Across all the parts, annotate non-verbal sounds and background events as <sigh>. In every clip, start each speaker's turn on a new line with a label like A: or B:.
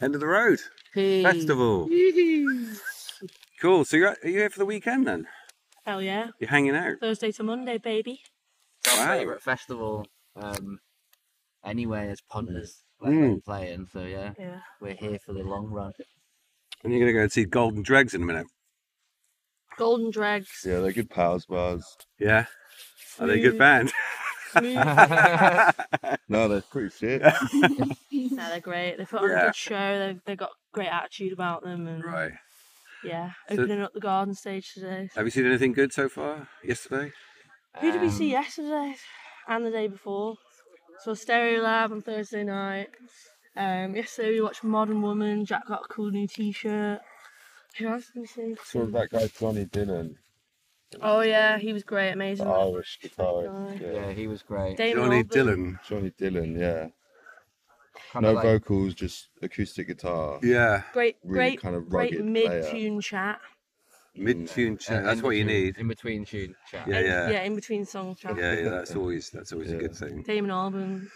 A: End of the road
B: Hey.
A: festival.
B: Yoo-hoo.
A: Cool. So you're, are you here for the weekend then?
B: Hell yeah.
A: You're hanging out.
B: Thursday to
A: <laughs>
B: Monday, baby.
C: It's our
A: Wow.
C: favourite festival. Um, anyway, as punters like,
A: Mm.
C: we're playing, so yeah,
B: Yeah.
C: we're here for the long run.
A: And you're going to go and see Golden Dregs in a minute.
B: Golden Dregs.
D: Yeah, they're good pals bars.
A: Yeah. Are they a good band? <laughs>
B: Smooth.
D: No, they're pretty <laughs> shit.
B: no, they're great. They put on
A: Yeah.
B: a good show. They've, they've got great attitude about them. And
A: right.
B: yeah,
A: So-
B: opening up the garden stage today.
A: Have you seen anything good so far yesterday?
B: Who did we see
C: Um,
B: yesterday and the day before? So Stereo Lab on Thursday night. Um, yesterday we watched Modern Woman. Jack got a cool new T-shirt. Who else did we see?
D: So that guy Johnny Dinnan,
B: Oh yeah, he was great,
D: the
B: amazing.
D: Irish
B: guy.
D: guitarist. Yeah.
C: Yeah, he was great.
B: Damon
A: Oh, Johnny
B: Albarn.
A: Dillon.
D: Johnny Dillon, yeah.
C: Kind
D: No
C: of like, uh,
D: vocals, just acoustic guitar.
A: Yeah.
B: Great,
D: Really
B: great,
D: kind of
B: great
D: rugged Mm.
B: mid-tune chat.
A: Mid tune
C: uh,
A: chat. That's
C: in
A: what you
C: between-
A: need.
C: in between tune chat.
A: Yeah,
B: And-
A: yeah.
B: yeah, in between song chat.
A: Yeah, yeah. That's always that's always a good
D: Yeah.
A: thing.
B: Damon Albarn,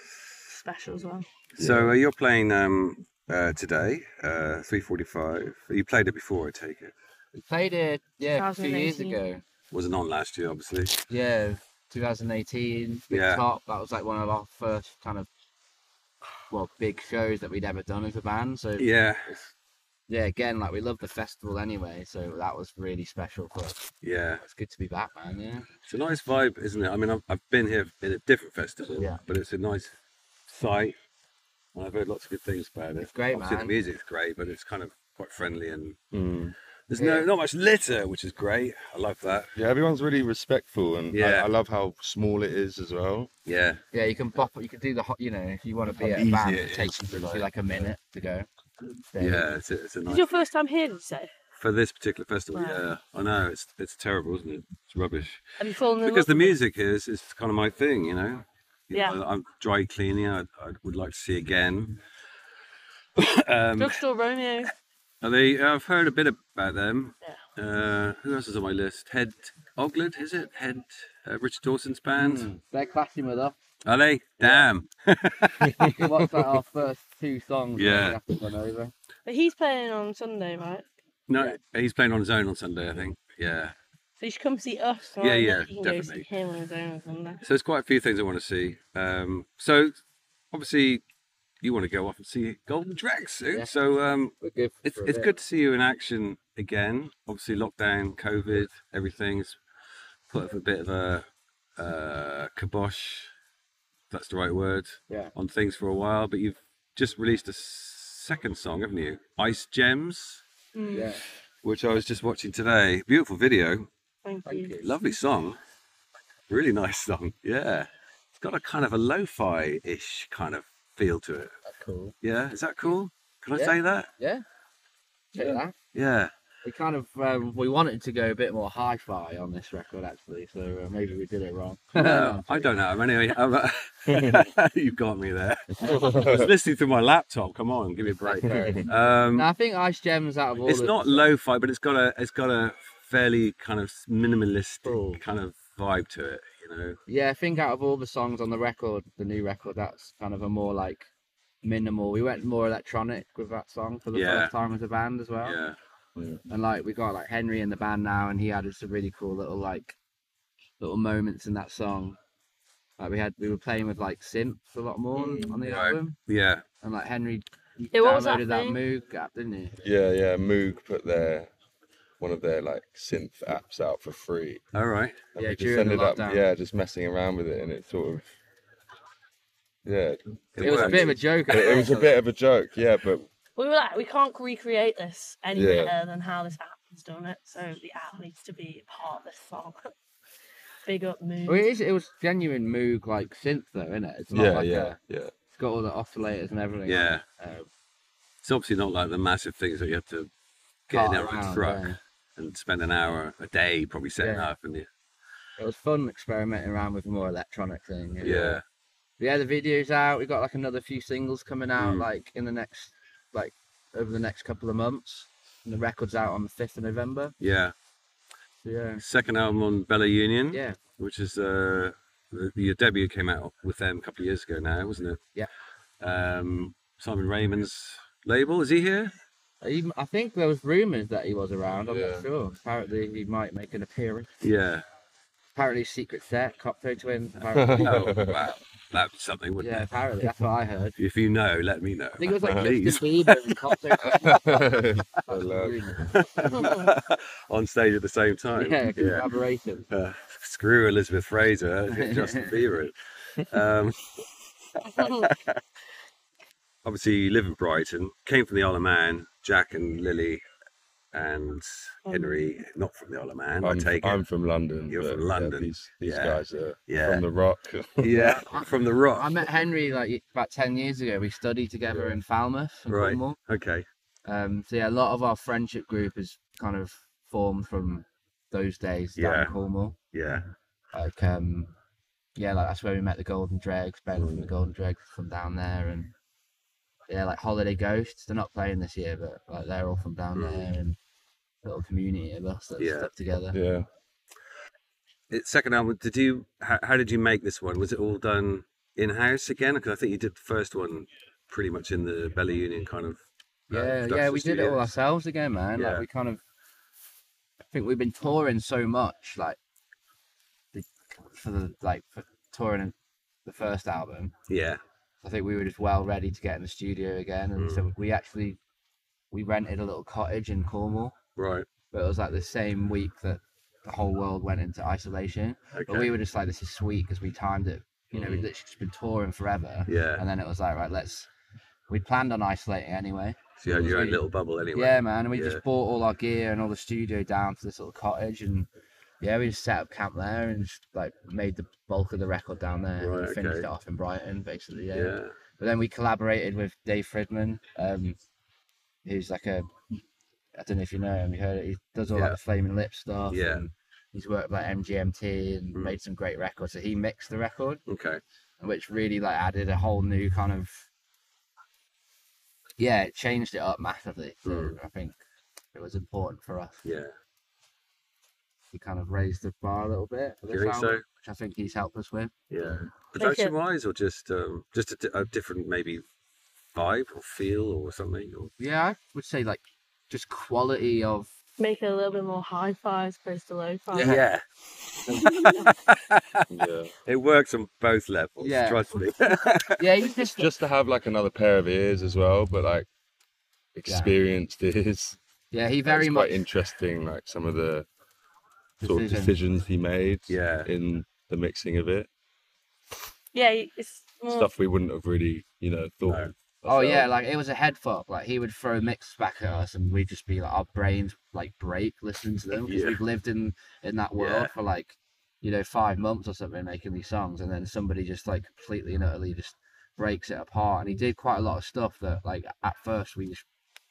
B: special as well.
A: So uh, you're playing um uh, today, uh, three forty-five. You played it before, I take it.
C: We played it yeah a few years
B: 2018.
C: ago.
A: Wasn't on last year, obviously.
C: Yeah, 2018. Big
A: Yeah.
C: Top. That was like one of our first kind of well big shows that we'd ever done as a band. So
A: Yeah,
C: it's- yeah, again, like we love the festival anyway, so that was really special for us.
A: yeah.
C: It's good to be back, man. Yeah.
A: It's a nice vibe, isn't it? I mean, I've, I've been here in a different festival,
C: Yeah.
A: but it's a nice site, and I've heard lots of good things about it.
C: It's great,
A: Obviously,
C: man.
A: The music's great, but it's kind of quite friendly, and
D: Mm.
A: there's
C: Yeah.
A: no not much litter, which is great. I love that.
D: Yeah, everyone's really respectful, and
A: Yeah.
D: I, I love how small it is as well.
A: Yeah,
C: Yeah, you can bop. You can do the hot. You know, if you want to be at a
A: easy
C: band,
A: it
C: it
A: is
C: takes
A: to,
C: literally
A: like,
C: like a minute to go. So,
A: yeah. It's a, it's a
B: This is
A: nice
B: your first time here, did you say?
A: for this particular festival.
B: Wow.
A: Yeah, I know it's it's terrible, isn't it? It's rubbish.
B: Have you fallen in
A: because
B: love
A: the
B: with it?
A: music is is kind of my thing, you know. You
B: Yeah.
A: know, I, am dry cleaning. I, I would like to see again. <coughs> um,
B: Drugstore Romeo.
A: are they? I've heard a bit about them. Uh, who else is on my list? Head Oglid, is it? Head uh, Richard Dawson's band.
C: Mm, They're clashing with us.
A: Are they? Damn.
C: We watched like our first two songs. that we
A: Yeah.
C: have to run over.
B: But he's playing on Sunday, right?
A: No, he's playing on his own on Sunday, I think. Yeah.
B: So you should come see us.
A: Yeah,
B: and
A: yeah,
B: then you can
A: definitely.
B: Go see him on his own or something.
A: So there's quite a few things I want to see. Um, so obviously you want to go off and see Golden Drag soon.
C: Yeah.
A: So um,
C: We're good.
A: It's
C: for a
A: it's
C: bit.
A: good to see you in action again. Obviously, lockdown, COVID, everything's put up a bit of a uh, kibosh. If that's the right word.
C: Yeah.
A: On things for a while, but you've just released a second song, haven't you? Ice Gems,
B: Mm,
C: Yeah.
A: which I was just watching today. Beautiful video,
B: Thank,
C: Thank
B: you.
C: you.
A: lovely song, really nice <laughs> song. Yeah, it's got a kind of a lo-fi ish kind of feel to it.
C: That's cool.
A: Yeah, is that cool? Can I
C: Yeah.
A: say that?
C: Yeah. Check
D: Yeah.
C: that.
A: Yeah.
C: We kind of um, we wanted to go a bit more hi-fi on this record actually, so uh, maybe we did it wrong.
A: <laughs>
C: <laughs>
A: No, I don't know. Anyway, I'm, <laughs> uh, you got me there. I was listening through my laptop. Come on, give me a break. <laughs> Um,
C: No, I think Ice Gems out of all.
A: it's
C: of
A: not
C: the-
A: lo-fi, but it's got a it's got a fairly kind of minimalistic
C: Cool.
A: kind of vibe to it. You know,
C: Yeah, I think out of all the songs on the record, the new record, that's kind of a more like minimal. We went more electronic with that song for the
A: Yeah.
C: first time as a band as well.
A: yeah,
C: And like we got like Henry in the band now, and he added some really cool little like little moments in that song. Like we had, we were playing with like synths a lot more on- on the
A: Right.
C: album,
A: yeah.
C: and like Henry he
B: Yeah, Mm. what was that
C: downloaded that,
B: thing?
C: Moog app, didn't he?
D: <laughs> yeah, yeah. Moog put their one of their like synth apps out for free.
A: All right.
D: And
C: Yeah,
D: we just
C: during the
D: ended up
C: lockdown.
D: yeah, just messing around with it, and it sort of <laughs> yeah,
C: It, was a
A: worked.
C: bit of a joke. at
D: it, it was a
C: first,
D: bit of a joke, yeah, but
B: We were like, we can't recreate this any
D: Yeah.
B: better than how this app has done it. So the app needs to be part of this song. <laughs> Big up mood. <laughs>
C: Well, it, is, it was genuine Moog like synth though, isn't it? It's not
D: yeah,
C: like
D: yeah,
C: A,
D: yeah.
C: it's got all the oscillators and everything.
A: Yeah.
C: Um,
A: It's obviously not like the massive things that you have to get in
C: cart
A: there on a
C: around,
A: truck
C: yeah.
A: and spend an hour a day probably setting
C: Yeah.
A: up and you-
C: It was fun experimenting around with more electronic thing.
A: yeah.
C: yeah, the video's out. We got like another few singles coming out
A: Mm.
C: like in the next like over the next couple of months. And the record's out on the fifth of November.
A: yeah
C: So, yeah.
A: second album on Bella Union
C: Yeah.
A: which is uh, the, your debut came out with them a couple of years ago now, wasn't it?
C: Yeah.
A: Um, Simon Raymond's label. Is he here?
C: He, I think there was rumours that he was around. I'm
D: Yeah.
C: not sure. Apparently, he might make an appearance. <laughs>
A: Yeah.
C: Apparently, Secret Set, Copto Twin. Apparently.
A: Oh,
D: <laughs>
A: wow. That'd be something, wouldn't
C: yeah,
A: it?
C: apparently that's what I heard.
A: If you know, let me know.
C: I think it
A: <laughs>
C: was like
A: Please.
C: Justin Bieber and Copto Twin. That was the
D: love.
C: rumour.
A: <laughs> on stage at the same time.
C: Yeah, collaboration.
A: Uh, screw Elizabeth Fraser.
C: <laughs>
A: let's get Justin Bieber. in. Um,
B: Um,
A: obviously, you live in Brighton. Came from the Isle of Man. Jack and Lily and <laughs>
B: Um,
A: Henry, not from the Isle of Man. i
D: I'm,
A: take it.
D: I'm from London.
A: You're
D: but,
A: from
D: yeah,
A: London.
D: these these
A: Yeah.
D: guys are
A: Yeah.
D: from the Rock. <laughs>
A: <laughs>
C: <laughs>
A: yeah, from the Rock.
C: I met Henry like about 10 years ago. We studied together in Falmouth. In
A: Right.
C: Cornwall.
A: okay.
C: Um, so yeah, a lot of our friendship group is kind of formed from those days down
A: Yeah.
C: in Cornwall.
A: Yeah.
C: Like um, yeah, like that's where we met the Golden Dregs. Ben
A: Mm.
C: from the Golden Dregs from down there, and yeah, like Holiday Ghosts. They're not playing this year, but like they're all from down
A: Mm.
C: there, and little community of us that
A: Yeah.
C: stuck together.
D: yeah.
A: It, second album. Did you? How, how did you make this one? Was it all done in house again? Because I think you did the first one pretty much in the Belly Union kind of. uh,
C: Yeah, yeah,
A: production
C: we did it all
A: studios.
C: ourselves again, man.
A: Yeah.
C: Like we kind of, I think we've been touring so much, like the, for the like for touring the first album.
A: Yeah.
C: I think we were just well ready to get in the studio again, and so
A: Mm.
C: we actually we rented a little cottage in Cornwall,
A: Right.
C: but it was like the same week that the whole world went into isolation.
A: Okay. Mm.
C: But we were just like, this is sweet because we timed it. You know, we'd literally just been touring forever,
A: Yeah.
C: and then it was like, right, let's. We planned on isolating anyway.
A: So you had your own
C: Sweet.
A: little bubble anyway.
C: Yeah, man. And we
A: Yeah.
C: just bought all our gear and all the studio down to this little cottage, and yeah, we just set up camp there and just like made the bulk of the record down there
A: Right,
C: and finished
A: okay.
C: it off in Brighton, basically. Yeah.
A: Yeah.
C: But then we collaborated with Dave Fridman, um, who's like a I don't know if you know him. You heard it. He does all
A: Yeah.
C: like the Flaming Lip stuff.
A: Yeah.
C: And he's worked with, like MGMT and
A: Mm.
C: made some great records. So he mixed the record
A: Okay.
C: which really like added a whole new kind of yeah it changed it up massively so
A: Mm.
C: i think it was important for us
A: Yeah.
C: to kind of raise the bar a little bit for
A: Do you
C: this
A: think so?
C: album, which i think he's helped us with
A: Yeah.
B: Thank you.
A: Production wise, or just um, just a, di- a different maybe vibe or feel or something. Or,
C: yeah i would say like just quality of
B: Make it a little bit more hi-fi as opposed to lo-fi.
D: yeah.
A: It works on both levels.
C: Yeah.
A: Trust <laughs> me.
C: yeah he's just
D: <laughs> Just to have like another pair of ears as well, but like experienced
A: <laughs>
D: ears.
C: yeah he
D: That was
C: very
D: quite
C: much
D: interesting. Like some of the sort of
C: Decision.
D: decisions he made.
A: Yeah.
D: In the mixing of it,
B: Yeah, it's more. <laughs>
D: stuff we wouldn't have really, you know, thought.
A: No.
D: of
C: oh yeah
D: ourselves.
C: like it was a head fuck like he would throw mix back at us and we'd just be like our brains like break listening to them because
A: Yeah.
C: we've lived in in that world
A: Yeah.
C: for like you know five months or something making these songs and then somebody just like completely and utterly just breaks it apart and he did quite a lot of stuff that like at first we just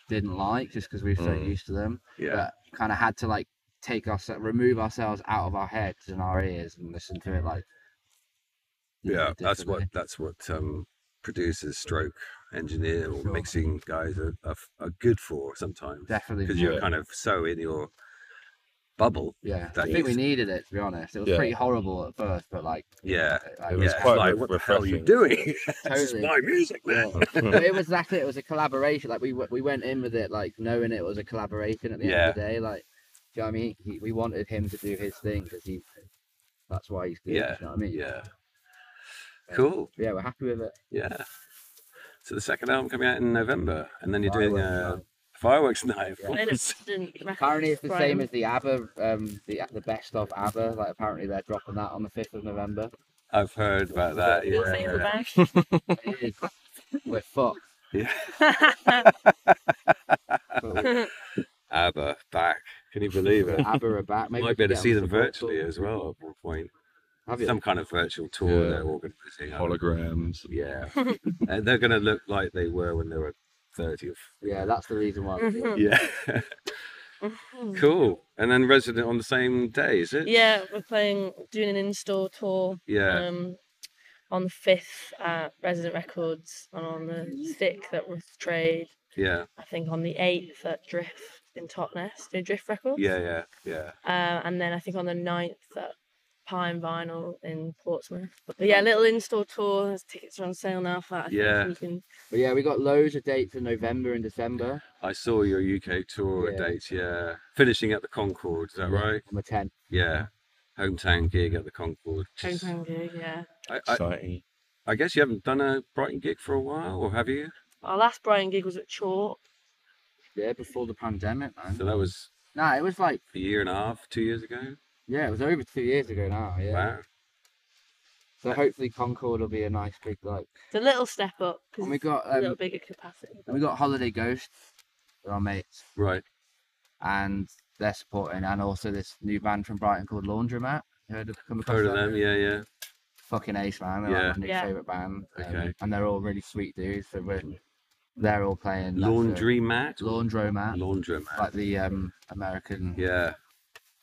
C: didn't like just because we were so
D: Mm.
C: used to them
A: yeah.
C: but kind of had to like take us remove ourselves out of our heads and our ears and listen to it like you know,
A: Yeah. That's what
C: differently.
A: that's what um, producers, stroke engineer, or
C: Sure.
A: mixing guys are, are, are good for sometimes
C: definitely
A: because
C: not.
A: you're
D: Yeah.
A: kind of so in your bubble.
C: Yeah,
A: That
C: I think we
A: is-
C: needed it to be honest. It was
D: Yeah.
C: pretty horrible at first, but like,
A: Yeah.
C: I
D: It
A: yeah.
D: was
A: it's
D: quite
A: like,
D: re-
A: what the hell are you
D: refreshing.
A: doing? <laughs> this is
C: Totally.
A: my music, man. <laughs>
D: <laughs>
C: but it was that it was a collaboration. Like we w- we went in with it like knowing it was a collaboration at the end of the day. Like, do you know what I mean? He, we wanted him to do his thing because he, that's why he's doing.
A: Yeah,
C: it, do you know what I mean?
A: Yeah. Cool.
C: But yeah, we're happy with it.
A: Yeah. So the second album coming out in November, and then you're doing uh, a
C: Fireworks
A: fireworks night.
C: Yeah.
A: <laughs>
B: Made it didn't record
C: um, Apparently, it's the
B: right.
C: same as the ABBA, um, the the best of ABBA. Like apparently they're dropping that on the fifth of November.
A: I've heard about that.
B: You'll see
A: Yeah.
B: the
C: It is. we're fucked.
A: yeah.
B: back.
C: But
A: <laughs>
C: we-
A: ABBA back. Can you believe it?
C: ABBA are back. <laughs> Maybe
A: Might be able to
C: get
A: see
C: on
A: them
C: support tour.
A: virtually as well at one point.
C: Have you?
A: Some kind of virtual tour
D: Yeah.
A: they're organising. I don't-
D: holograms.
A: Yeah. and they're going to look like they were when they were 30 or
C: Yeah, that's the reason why.
A: Yeah. <laughs> cool. And then Resident on the same day, is <laughs> it?
B: <laughs> yeah, we're playing, doing an in-store tour
A: Yeah.
B: um, on the 5th at Resident Records and on the 6th at Ruth Trade.
A: Yeah.
B: I think on the 8th at Drift in Totnes, doing Drift Records.
A: Yeah. Yeah. Yeah.
B: Uh, and then I think on the 9th at Pine Vinyl in Portsmouth. But yeah, little in-store tour. There's tickets are on sale now for that. I think
A: Yeah.
B: we can-
C: But yeah, we got loads of dates in November and December
A: I saw your UK tour
C: Yeah.
A: dates. Yeah, finishing at the Concord. Is that right?
C: on the 10th.
A: Yeah, hometown gig at the Concord.
B: Home Town gig, yeah.
A: I, I,
D: Exciting.
A: I guess you haven't done a Brighton gig for a while, or have you?
B: Our last Brighton gig was at Chalk.
C: Yeah, before the pandemic, man.
A: So that was
C: Nah, it was like,
A: a year and a half, two years ago.
C: yeah, it was over two years ago now. Yeah.
A: Wow.
C: So hopefully Concord will be a nice big like.
B: It's a little step up because
C: And we got
B: a
C: um,
B: little bigger capacity.
C: and we got Holiday Ghosts, they're our mates,
A: Right.
C: and they're supporting, and also this new band from Brighton called Laundromat. Heard of come across
A: Heard of
C: them?
A: them? Yeah, yeah.
C: Fucking ace, man. They're
A: Yeah.
C: like my new
B: Yeah.
C: favorite band. um,
A: Okay.
C: And they're all really sweet dudes. So we're, they're all playing that's it.
A: Laundromat.
C: Laundromat,
A: Laundromat.
C: like the um American.
A: Yeah.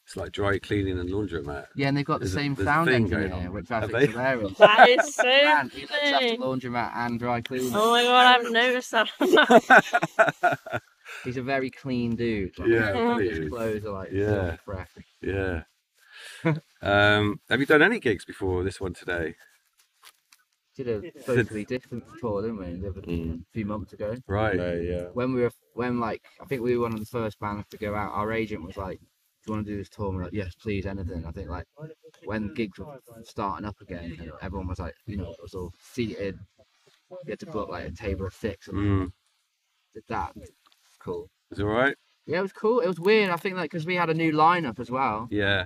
A: It's like dry cleaning and laundromat.
C: Yeah, and they've got the
A: There's a-
C: same
A: there's a
C: sound
A: thing going
C: engineer,
A: on.
C: which I
A: Have
C: think
A: they?
C: is hilarious.
B: <laughs> That is so
C: and he looks after
B: funny.
C: laundromat and dry cleaning.
B: Oh my god, I've noticed that. <laughs>
C: He's a very clean dude. like,
A: Yeah,
B: Mhm.
A: he
C: his
A: is.
C: clothes are like
A: Yeah.
C: yeah, fresh.
A: yeah.
C: <laughs>
A: um, have you done any gigs before this one today?
C: Did a socially distant tour, didn't we? the other-
D: Mm.
C: A few months ago,
A: Right.
D: No, yeah.
C: when we were when like I think we were one of the first bands to go out. Our agent was like, "Do you want to do this tour?" And we're like, "Yes, please, anything." I think like when gigs were starting up again, and everyone was like, you know, it was all seated. You had to book like a table of six, and
A: Mm.
C: did that. Cool.
A: Is it all right?
C: Yeah, it was cool. It was weird. I think like because we had a new lineup as well.
A: Yeah.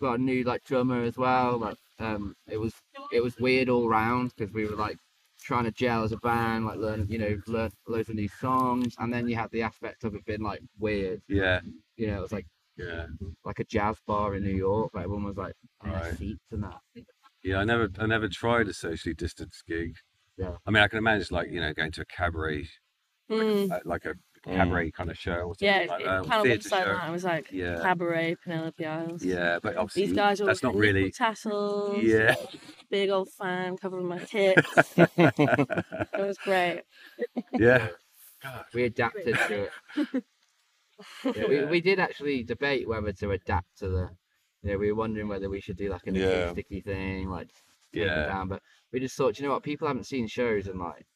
C: got a new like drummer as well. Like um, it was it was weird all round because we were like trying to gel as a band, like learn you know learn loads of new songs, and then you had the aspect of it being like weird.
A: Yeah.
C: You know, it was like
A: Yeah.
C: like a jazz bar in New York. Like everyone was like on their
A: Right.
C: feet and that.
A: Yeah, I never, I never tried a socially distanced gig.
C: Yeah.
A: I mean, I can imagine, like you know, going to a cabaret,
B: Mm.
A: uh, like a
D: Mm.
A: cabaret kind of show or something
B: Yeah, it,
A: like uh,
B: it
A: that, or
B: kind of
A: theatre
B: looks like
A: show.
B: that. It was like
A: Yeah.
B: Cabaret, Penelope Isles.
A: Yeah, but obviously
B: These guys are
A: that's
B: all
A: not really.
B: tassels. <laughs>
A: Yeah,
B: Big old fan covering
A: <laughs>
B: my tits. it was great.
A: yeah,
C: We adapted to it. Yeah, we, we did actually debate whether to adapt to the. You know, we were wondering whether we should do like an
D: Yeah.
C: sticky thing, like take them
A: yeah.
C: down. But we just thought, you know what, people haven't seen shows in like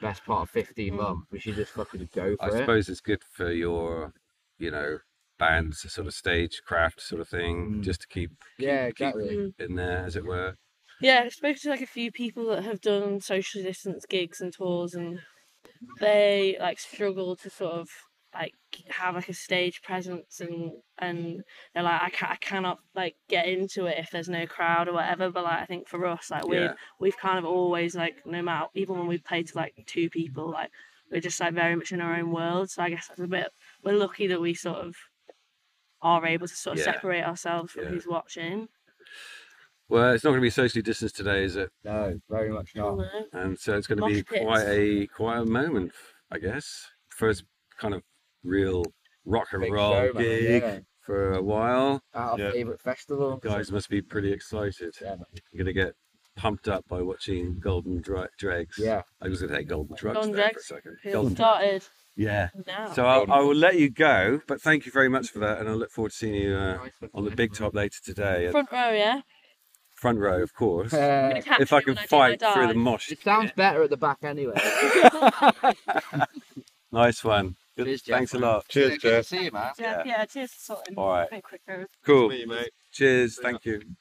C: best part of fifteen
B: Mm.
C: months. We should just fucking go for
A: I
C: it.
A: suppose it's good for your, you know, band's sort of stagecraft sort of thing,
C: Mm.
A: just to keep
C: yeah,
A: keep- keep-
C: exactly.
A: in there, as it were.
B: Yeah, I've spoken to like a few people that have done social distance gigs and tours, and they like struggle to sort of like have like a stage presence, and and they're like, I, ca- I cannot like get into it if there's no crowd or whatever. But like, I think for us, like we've
A: Yeah.
B: we've kind of always like no matter even when we play to like two people, like we're just like very much in our own world. So I guess that's a bit we're lucky that we sort of are able to sort of
A: Yeah.
B: separate ourselves from
A: Yeah.
B: who's watching.
A: Well, it's not going to be socially distanced today, is it?
C: No, very much not.
B: Although-
A: And so it's going to be
B: Mosh pits.
A: quite a quite a moment, I guess. First kind of real rock and
C: Big
A: roll
C: show, man,
A: gig
C: yeah.
A: for a while.
C: Our
D: Yeah.
C: favourite festival.
A: Guys must be pretty excited.
C: Yeah. man.
A: You're going to get pumped up by watching Golden Dra- Dregs.
C: yeah.
A: I was going to say Golden Drugs
B: Golden
A: there for a
B: Dregs. Oh.
A: second.
B: Who
A: Golden Drugs.
B: started
A: Yeah.
B: now.
A: So I'll, I will let you go, but thank you very much for that, and I look forward to seeing you uh,
C: Nice
A: on the
C: fucking
A: big
C: festival.
A: top later today, at
B: Front row, yeah.
A: front row, of course.
B: <laughs>
C: Uh, <laughs>
B: Gonna catch
A: if I
B: me
A: can
B: when do
A: fight
B: my
A: through the
B: dive.
A: mosh.
C: it sounds better at the back anyway.
A: Nice one. Good-
C: Cheers, Jeff,
A: Thanks a
C: man.
A: lot.
D: Cheers,
C: Good to
D: Jeff.
C: see you, man.
B: Yeah, yeah. Cheers for sorting.
A: All right.
B: A bit quicker.
A: Cool.
D: mate.
A: Cheers. Thank you.